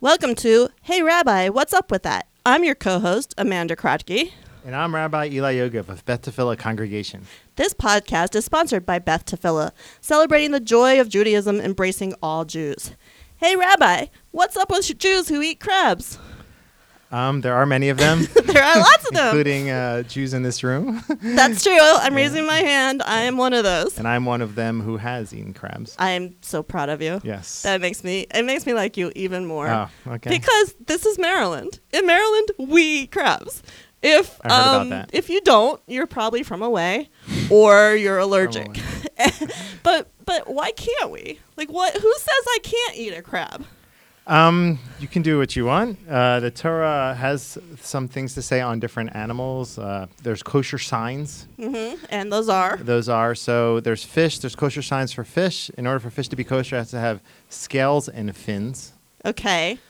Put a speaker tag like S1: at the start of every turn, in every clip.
S1: Welcome to Hey Rabbi, What's Up With That? I'm your co host, Amanda Krotke.
S2: And I'm Rabbi Eli Yogiv of Beth Tefillah Congregation.
S1: This podcast is sponsored by Beth Tefillah, celebrating the joy of Judaism, embracing all Jews. Hey Rabbi, what's up with Jews who eat crabs?
S2: Um, there are many of them,
S1: There are lots of them.
S2: including uh, Jews in this room,
S1: That's true. I'm raising my hand. I am one of those.
S2: and I'm one of them who has eaten crabs.
S1: I am so proud of you.
S2: Yes.
S1: Ah, That makes me it makes me like you even more.
S2: Oh, okay.
S1: Because this is Maryland. In Maryland, we eat crabs. If
S2: I heard about
S1: um,
S2: that.
S1: if you don't, you're probably from away, or you're allergic. but but why can't we? Like what? Who says I can't eat a crab?
S2: Um, you can do what you want. Uh, the Torah has some things to say on different animals. Uh, there's kosher signs.
S1: hmm And those are
S2: Those are so. There's fish. There's kosher signs for fish. In order for fish to be kosher, it has to have scales and fins.
S1: okay.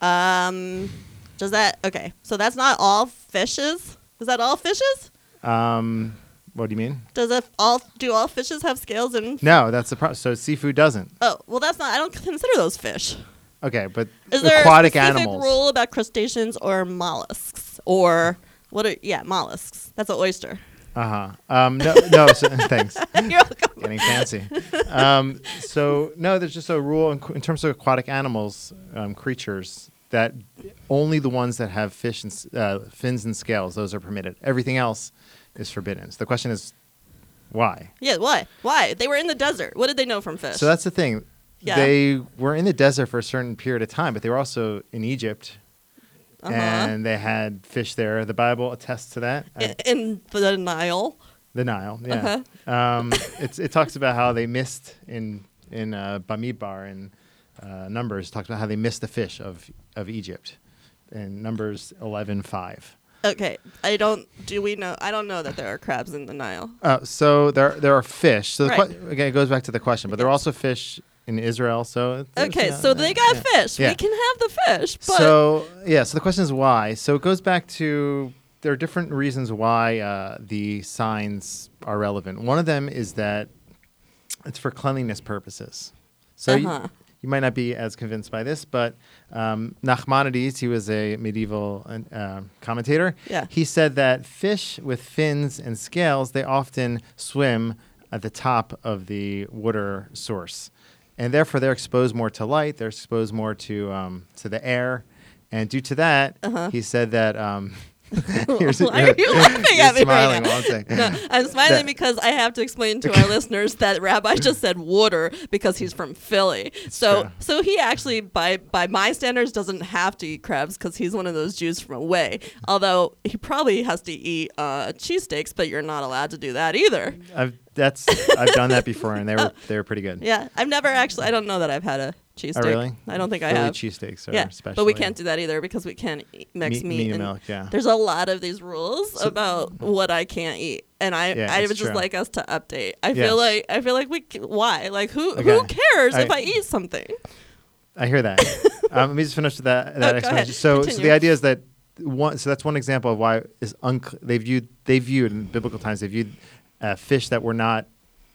S1: Um, does that okay? So that's not all fishes. Is that all fishes?
S2: Um, what do you mean?
S1: Does it all do all fishes have scales and?
S2: No, that's the problem. So seafood doesn't.
S1: Oh well, that's not. I don't consider those fish.
S2: Okay, but
S1: Is there
S2: aquatic
S1: a specific
S2: animals.
S1: rule about crustaceans or mollusks or what are yeah mollusks? That's an oyster.
S2: Uh huh. Um, no, no. So, thanks.
S1: You're welcome.
S2: Getting fancy. Um, so no, there's just a rule in, in terms of aquatic animals, um, creatures that only the ones that have fish and s- uh, fins and scales those are permitted. Everything else is forbidden. So the question is, why?
S1: Yeah, why? Why they were in the desert? What did they know from fish?
S2: So that's the thing.
S1: Yeah.
S2: They were in the desert for a certain period of time, but they were also in Egypt,
S1: Uh-huh.
S2: and they had fish there. The Bible attests to that. I-
S1: I- in the Nile.
S2: The Nile, yeah.
S1: Uh-huh.
S2: Um, it's, it talks about how they missed in in uh, Bamidbar and uh, Numbers. Talks about how they missed the fish of of Egypt in Numbers eleven five.
S1: Okay, I don't. Do we know? I don't know that there are crabs in the Nile.
S2: Uh, so there there are fish. So the
S1: Right.
S2: que- again, it goes back to the question, but there are also fish in Israel. So it's- it's,
S1: Okay,
S2: uh,
S1: so they got
S2: yeah.
S1: fish.
S2: Yeah.
S1: We can have the fish, but
S2: so yeah, so the question is why. So it goes back to there are different reasons why uh, the signs are relevant. One of them is that it's for cleanliness purposes. So you-
S1: Uh-huh.
S2: you, might not be as convinced by this, but um, Nachmanides, he was a medieval uh, uh, commentator.
S1: Yeah.
S2: He said that fish with fins and scales they often swim at the top of the water source, and therefore they're exposed more to light. They're exposed more to um, to the air, and due to that, he said that. Um, here's,
S1: Uh-huh. Why are you laughing at
S2: you're
S1: me right
S2: smiling
S1: now?
S2: while I'm saying-
S1: I'm smiling
S2: That-
S1: because I have to explain to our listeners that Rabbi just said water because he's from Philly. So
S2: true.
S1: so he actually by by my standards doesn't have to eat crabs because he's one of those Jews from away. Although he probably has to eat uh, cheesesteaks, but you're not allowed to do that either.
S2: I've that's I've done that before, and they were they were pretty good.
S1: Yeah, I've never actually. I don't know that I've had a cheesesteak.
S2: Oh, really?
S1: I don't think
S2: Philly
S1: I have.
S2: cheesesteaks are
S1: yeah,
S2: special.
S1: but we
S2: yeah.
S1: can't do that either because we can't eat, mix
S2: Meat-
S1: meat,
S2: meat and
S1: and
S2: milk, yeah. Mm-hmm.
S1: There's a lot of these rules about what I can't eat, and I
S2: Yeah,
S1: I
S2: it's
S1: would just
S2: true.
S1: like us to update. I
S2: Yes.
S1: feel like I feel like we c- why like who who
S2: Okay.
S1: cares if
S2: I-
S1: I eat something?
S2: I hear that. um, let me just finish that, that
S1: Oh, go ahead.
S2: explanation. So, so
S1: Continue.
S2: the idea is that one. So that's one example of why is unc- they viewed they viewed in biblical times they viewed uh, fish that were not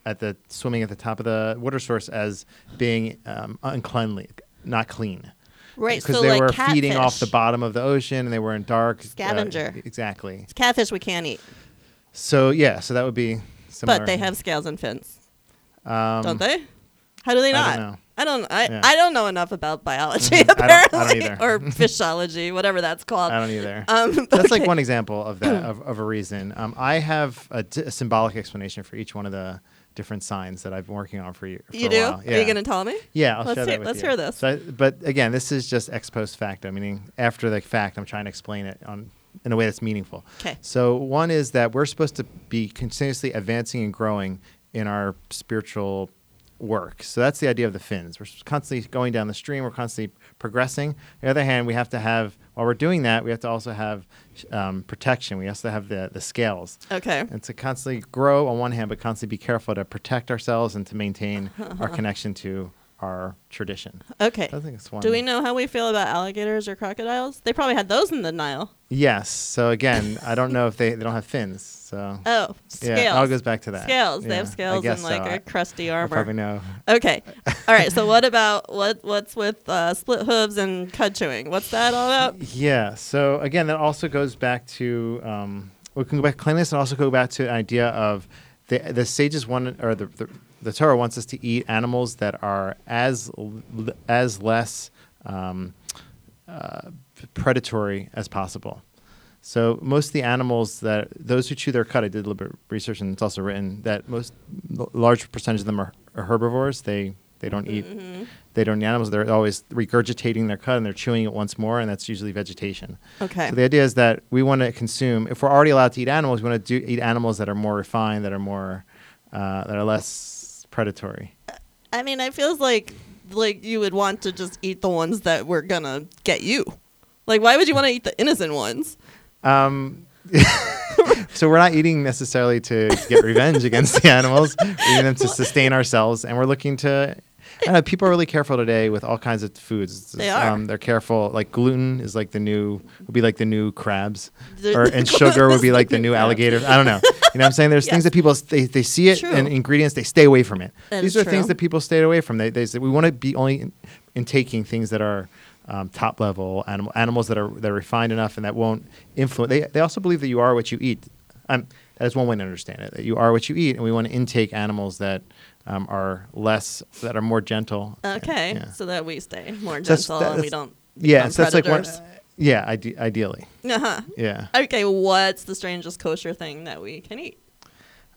S2: at the swimming at the top of the water source as being um, uncleanly, not clean.
S1: Right,
S2: Because
S1: so
S2: they
S1: like
S2: were
S1: catfish.
S2: feeding off the bottom of the ocean and they were in dark uh,
S1: Scavenger.
S2: exactly.
S1: Catfish we can't eat,
S2: So yeah, so that would be similar.
S1: but they have scales and fins,
S2: um,
S1: don't they? How do they
S2: I
S1: not?
S2: don't know.
S1: I don't. I,
S2: Yeah.
S1: I don't know enough about biology
S2: I don't- I don't
S1: apparently,
S2: either.
S1: or fishology, whatever that's called.
S2: I don't either.
S1: Um,
S2: That's
S1: okay.
S2: like one example of that of, of a reason. Um, I have a, d- a symbolic explanation for each one of the different signs that I've been working on for you. For
S1: You
S2: a
S1: do?
S2: While. Yeah.
S1: Are you gonna tell me?
S2: Yeah, I'll
S1: Let's
S2: share
S1: hear-
S2: that with
S1: let's
S2: you.
S1: hear this.
S2: So I- but again, this is just ex post facto, meaning after the fact. I'm trying to explain it on in a way that's meaningful.
S1: 'Kay.
S2: So one is that we're supposed to be continuously advancing and growing in our spiritual work. So that's the idea of the fins. We're constantly going down the stream. We're constantly progressing. On the other hand, we have to have while we're doing that, we have to also have um, protection. We have to have the the scales.
S1: Okay.
S2: And to constantly grow on one hand, but constantly be careful to protect ourselves and to maintain our connection to our tradition.
S1: Okay.
S2: I think it's one.
S1: Do we know how we feel about alligators or crocodiles? They probably had those in the Nile.
S2: Yes. So again, I don't know if they, they don't have fins. So
S1: Oh, scales.
S2: yeah, it all goes back to that.
S1: Scales. They have
S2: Yeah, I
S1: scales
S2: guess
S1: and like
S2: so.
S1: a
S2: I-
S1: crusty
S2: I
S1: armor.
S2: probably know.
S1: Okay. All right. So what about what what's with uh, split hooves and cud chewing? What's that all about?
S2: Yeah. So again, that also goes back to um, we can go back to cleanliness and also go back to an idea of the the sages want or the, the the Torah wants us to eat animals that are as l- as less um, uh, predatory as possible. So most of the animals that those who chew their cud, I did a little bit of research, and it's also written that most l- large percentage of them are are herbivores. They they don't eat they don't eat animals. They're always regurgitating their cud and they're chewing it once more, and that's usually vegetation.
S1: Okay.
S2: So the idea is that we want to consume. If we're already allowed to eat animals, we want to do, eat animals that are more refined, that are more uh, that are less predatory.
S1: I mean, it feels like like you would want to just eat the ones that were gonna get you. Like, why would you want to eat the innocent ones?
S2: Um, so we're not eating necessarily to, to get revenge against the animals. We're eating them to sustain ourselves, and we're looking to. I don't know, people are really careful today with all kinds of foods. um,
S1: They are.
S2: they're careful. Like gluten is like the new would be like the new crabs,
S1: The-
S2: or and sugar would be like the new
S1: crabs.
S2: alligator. I don't know. You know what I'm saying? There's
S1: Yes.
S2: things that people they, they see it
S1: True.
S2: and ingredients they stay away from it.
S1: That
S2: These
S1: is
S2: are things
S1: true.
S2: that people stayed away from. They, they said we want to be only in, in taking things that are um, top level animal animals that are that are refined enough and that won't influence. They they also believe that you are what you eat. Um, that is one way to understand it. That you are what you eat, and we want to intake animals that um, are less that are more gentle.
S1: Okay,
S2: Yeah.
S1: so that we stay more gentle
S2: that's-
S1: and we
S2: that's-
S1: don't.
S2: yeah.
S1: become
S2: So that's like one.
S1: predators.
S2: Yeah. Ide- ideally.
S1: Uh-huh.
S2: Yeah.
S1: Okay, what's the strangest kosher thing that we can eat?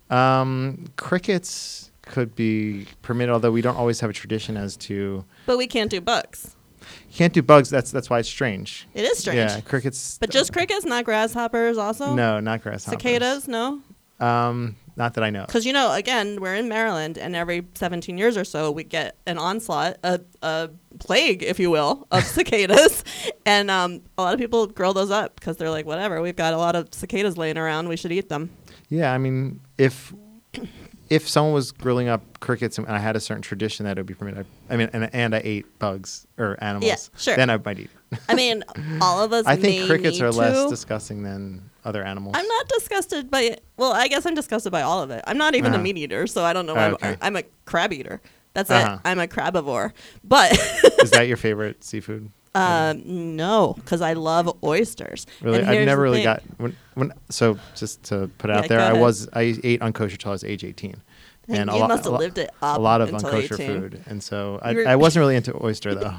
S2: Um, crickets could be permitted, although we don't always have a tradition as to
S1: But we can't do bugs.
S2: you can't do bugs. That's that's why it's strange.
S1: It is strange.
S2: Yeah, crickets.
S1: But just crickets, not grasshoppers, also?
S2: no, not grasshoppers.
S1: Cicadas, no?
S2: Um, not that I know. of.
S1: Because, you know, again, we're in Maryland, and every 17 years or so, we get an onslaught, a, a plague, if you will, of cicadas. And um, a lot of people grow those up because they're like, whatever, we've got a lot of cicadas laying around. We should eat them.
S2: Yeah, I mean, if if someone was grilling up crickets and I had a certain tradition that it would be permitted, I, I mean, and, and I ate bugs or animals,
S1: sure.
S2: then I might eat. it.
S1: I mean, all of us
S2: I think
S1: may
S2: crickets
S1: need
S2: are less
S1: to.
S2: disgusting than other animals.
S1: I'm not disgusted by it. Well, I guess I'm disgusted by all of it. I'm not even a
S2: Uh-huh.
S1: meat eater, so I don't know. Why
S2: Oh, okay.
S1: I'm, I'm a crab eater. That's
S2: Uh-huh.
S1: it. I'm a crabivore. But
S2: Is that your favorite seafood?
S1: um, no, because I love oysters.
S2: Mm. Really,
S1: And
S2: I've
S1: here's
S2: never
S1: the
S2: really
S1: thing.
S2: got when, when. So just to put it
S1: Yeah,
S2: out there,
S1: go
S2: I
S1: ahead.
S2: was I ate unkosher till I was age eighteen,
S1: Hey,
S2: a
S1: you
S2: lo-
S1: must have
S2: a lo-
S1: lived it
S2: a
S1: up
S2: lot of
S1: until
S2: unkosher
S1: 18.
S2: food, and so I,
S1: You were-
S2: I wasn't really into oyster though.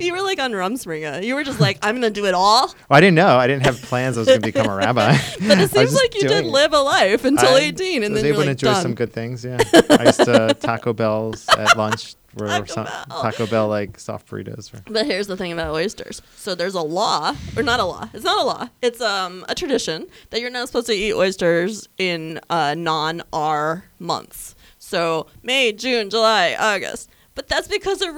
S1: you were like on Rumspringa. You were just like, I'm gonna do it all.
S2: I didn't know. I didn't have plans. I was going to become a rabbi.
S1: But it seems like you did live a life until 18, and
S2: was
S1: then you're like
S2: able to enjoy
S1: done.
S2: some good things. Yeah, I used to Taco Bell's at lunch. Where
S1: Taco
S2: some,
S1: Bell.
S2: Taco Bell like soft burritos. Or,
S1: But here's the thing about oysters. So there's a law, or not a law. It's not a law. It's um a tradition that you're not supposed to eat oysters in uh, non-R months. So May, June, July, August. But that's because of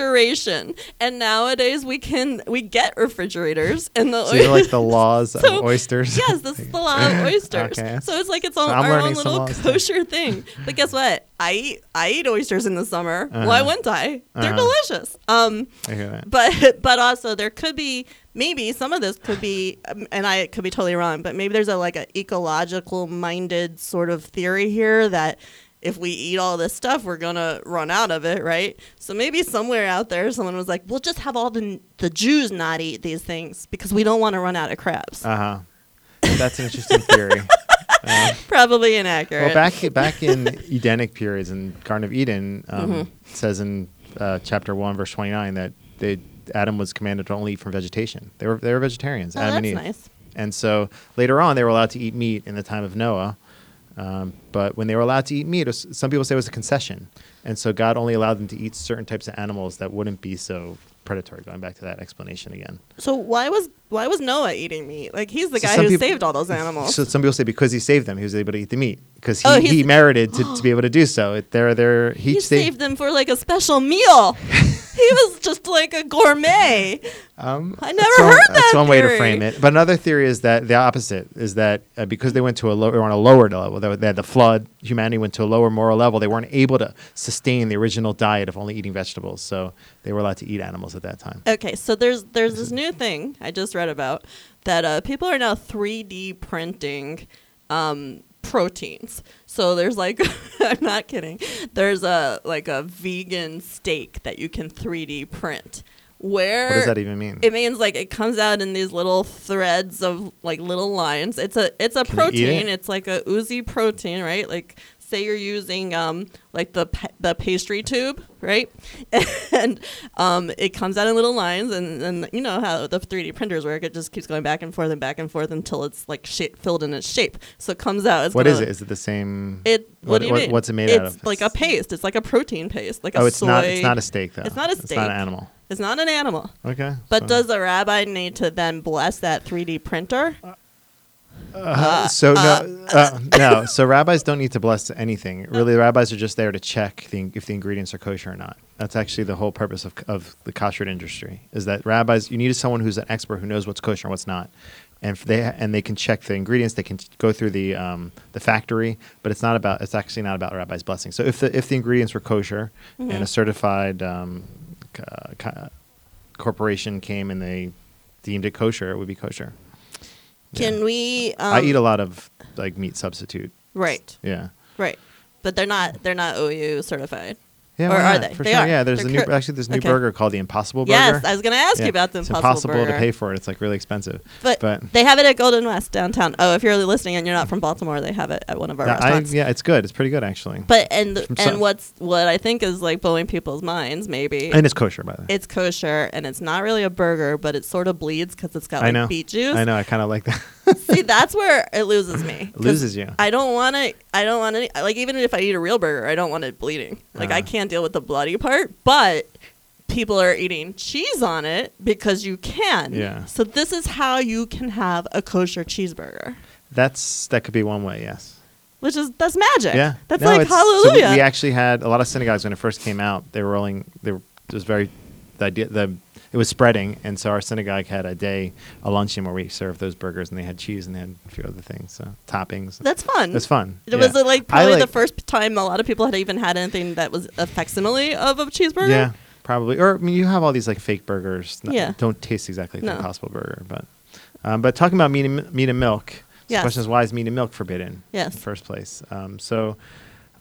S1: refrigeration. And nowadays we can we get refrigerators and the
S2: so you know, like the laws
S1: So,
S2: of oysters.
S1: Yes, this is the law of oysters.
S2: Okay.
S1: So it's like it's all,
S2: So I'm
S1: our own
S2: learning some
S1: little
S2: laws too.
S1: kosher thing. But guess what? I eat I eat oysters in the summer. Why
S2: Uh-huh.
S1: wouldn't I? They're
S2: Uh-huh.
S1: delicious. Um,
S2: I hear that.
S1: but but also there could be maybe some of this could be um, and I could be totally wrong, but maybe there's a like an ecological minded sort of theory here that if we eat all this stuff, we're gonna run out of it, right? So maybe somewhere out there, someone was like, "We'll just have all the the Jews not eat these things because we don't want to run out of crabs."
S2: Uh huh. That's an interesting theory. Um,
S1: Probably inaccurate.
S2: Well, back back in Edenic periods in Garden of Eden, um,
S1: Mm-hmm.
S2: it says in uh, chapter one, verse twenty nine, that they Adam was commanded to only eat from vegetation. They were they were vegetarians.
S1: Oh,
S2: Adam and
S1: that's
S2: Eve.
S1: nice.
S2: And so later on, they were allowed to eat meat in the time of Noah. Um, but when they were allowed to eat meat, it was, some people say it was a concession. And so God only allowed them to eat certain types of animals that wouldn't be so predatory. Going back to that explanation again.
S1: so why was why was Noah eating meat? Like he's the
S2: So
S1: guy
S2: some
S1: who
S2: people-
S1: saved all those animals.
S2: So some people say because he saved them, he was able to eat the meat because he,
S1: Oh, he's-
S2: he merited to, to be able to do so. It- They're, they're, he
S1: he
S2: saved-
S1: saved them for like a special meal. he was just like a gourmet.
S2: Um,
S1: I never
S2: that's one,
S1: heard
S2: That's
S1: that
S2: one way to
S1: theory.
S2: frame it. But another theory is that the opposite is that uh, because they went to a lower on a lower level, they, they had the flood, humanity went to a lower moral level. They weren't able to sustain the original diet of only eating vegetables, so they were allowed to eat animals at that time.
S1: Okay, so there's there's this new thing I just read about that uh, people are now 3D printing um, proteins. So there's like I'm not kidding. There's a like a vegan steak that you can 3D print. Where
S2: What does that even mean?
S1: It means like it comes out in these little threads of like little lines. It's a it's a
S2: you eat
S1: protein.
S2: it?
S1: It's like a oozy protein, right? Like say you're using um like the pa- the pastry tube, right? And um it comes out in little lines, and and you know how the 3D printers work. It just keeps going back and forth and back and forth until it's like shape filled in its shape. So it comes out. It's
S2: What
S1: gonna,
S2: is it? Is it the same?
S1: It. What,
S2: What-
S1: do you
S2: what-
S1: mean?
S2: what's it made
S1: it's
S2: out of?
S1: It's like a paste. It's like a protein paste. Like a
S2: oh, it's
S1: soy.
S2: not. It's not a steak though.
S1: It's not a
S2: It's not an
S1: steak.
S2: animal.
S1: It's not an animal.
S2: Okay.
S1: But
S2: so-
S1: does the rabbi need to then bless that 3D printer?
S2: Uh, so no, uh, no. So rabbis don't need to bless anything. Really, rabbis are just there to check the, if the ingredients are kosher or not. That's actually the whole purpose of, of the kosher industry is that rabbis you need someone who's an expert who knows what's kosher and what's not, and if they and they can check the ingredients. They can go through the um, the factory, but it's not about it's actually not about rabbis blessing. So if the if the ingredients were kosher and a certified um, c- uh, co- corporation came and they deemed it kosher, it would be kosher.
S1: Can we? Um,
S2: I eat a lot of like meat substitute.
S1: Right,
S2: Yeah.
S1: right. But they're not. They're not OU certified.
S2: Yeah,
S1: Or
S2: why
S1: are
S2: not?
S1: they?
S2: For
S1: They
S2: sure.
S1: are.
S2: Yeah, there's
S1: They're
S2: a new
S1: cur-
S2: actually there's a new
S1: okay.
S2: burger called the Impossible Burger.
S1: Yes, I was going to ask
S2: Yeah.
S1: you about the
S2: It's
S1: Impossible,
S2: impossible
S1: Burger.
S2: to pay for it. It's like really expensive.
S1: But, they have it at Golden West downtown. Oh, if you're listening and you're not from Baltimore, they have it at one of our
S2: Yeah, I,
S1: restaurants.
S2: yeah, it's good. It's pretty good actually.
S1: But and
S2: From
S1: and
S2: some-
S1: what's what I think is like blowing people's minds maybe.
S2: and it's kosher by the way.
S1: it's kosher and it's not really a burger, but it sort of bleeds because it's got
S2: I
S1: like
S2: know.
S1: beet juice.
S2: I know. I kind of like that.
S1: See, that's where it loses me. 'Cause
S2: Loses you.
S1: I don't want to. I don't want any. Like even if I eat a real burger, I don't want it bleeding. Like I
S2: Uh.
S1: can't deal with the bloody part. But people are eating cheese on it because you can.
S2: Yeah.
S1: So this is how you can have a kosher cheeseburger,
S2: That's that could be one way. Yes.
S1: which is that's magic.
S2: Yeah.
S1: That's
S2: No,
S1: like
S2: it's- so we-
S1: hallelujah.
S2: we, actually had a lot of synagogues when it first came out. They were rolling. They were, it was very the idea the it was spreading, and so our synagogue had a day a luncheon where we served those burgers, and they had cheese and they had a few other things, so toppings.
S1: that's fun.
S2: it was fun.
S1: It was
S2: yeah.
S1: uh, like
S2: I
S1: probably the
S2: like-
S1: first time a lot of people had even had anything that was a facsimile of a cheeseburger.
S2: Yeah, probably. Or I mean, you have all these like fake burgers. that
S1: Yeah.
S2: don't taste exactly like
S1: No.
S2: the Impossible Burger, but um, but talking about meat and, meat and milk.
S1: Yes.
S2: The question is why is meat and milk forbidden in
S1: Yes.
S2: the first place? Um, so.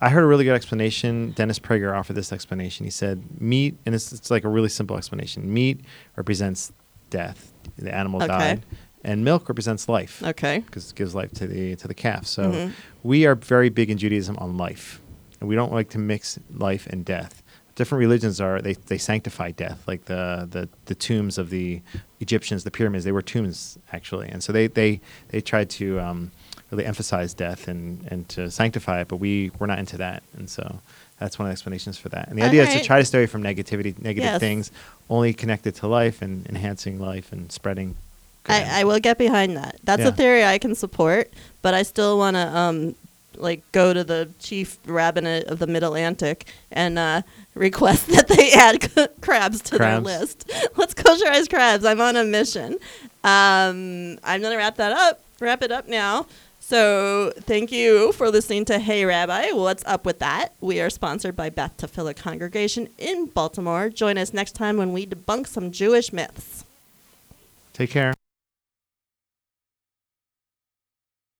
S2: I heard a really good explanation. Dennis Prager offered this explanation. He said, "Meat, and it's, it's like a really simple explanation. Meat represents death; the animal
S1: Okay.
S2: died, and milk represents life
S1: Okay.
S2: because it gives life to the to the calf. So
S1: Mhm.
S2: we are very big in Judaism on life, and we don't like to mix life and death. Different religions are they, they sanctify death, like the, the the tombs of the Egyptians, the pyramids. They were tombs actually, and so they they they tried to um, really emphasize death and and to sanctify it. But we we're not into that, and so that's one of the explanations for that. And the
S1: All
S2: idea is
S1: right.
S2: to try to stay away from negativity, negative
S1: Yes.
S2: things, only connected to life and enhancing life and spreading. good
S1: I, I will get behind that. That's a
S2: Yeah.
S1: theory I can support, but I still want to um like go to the chief rabbinate of the Mid Atlantic and uh, request that they add c- crabs to
S2: Crabs.
S1: their list. Let's kosherize crabs. I'm on a mission. Um, I'm gonna wrap that up. Wrap it up now. So thank you for listening to Hey Rabbi. What's up with that? We are sponsored by Beth Tefillah Congregation in Baltimore. Join us next time when we debunk some Jewish myths.
S2: Take care.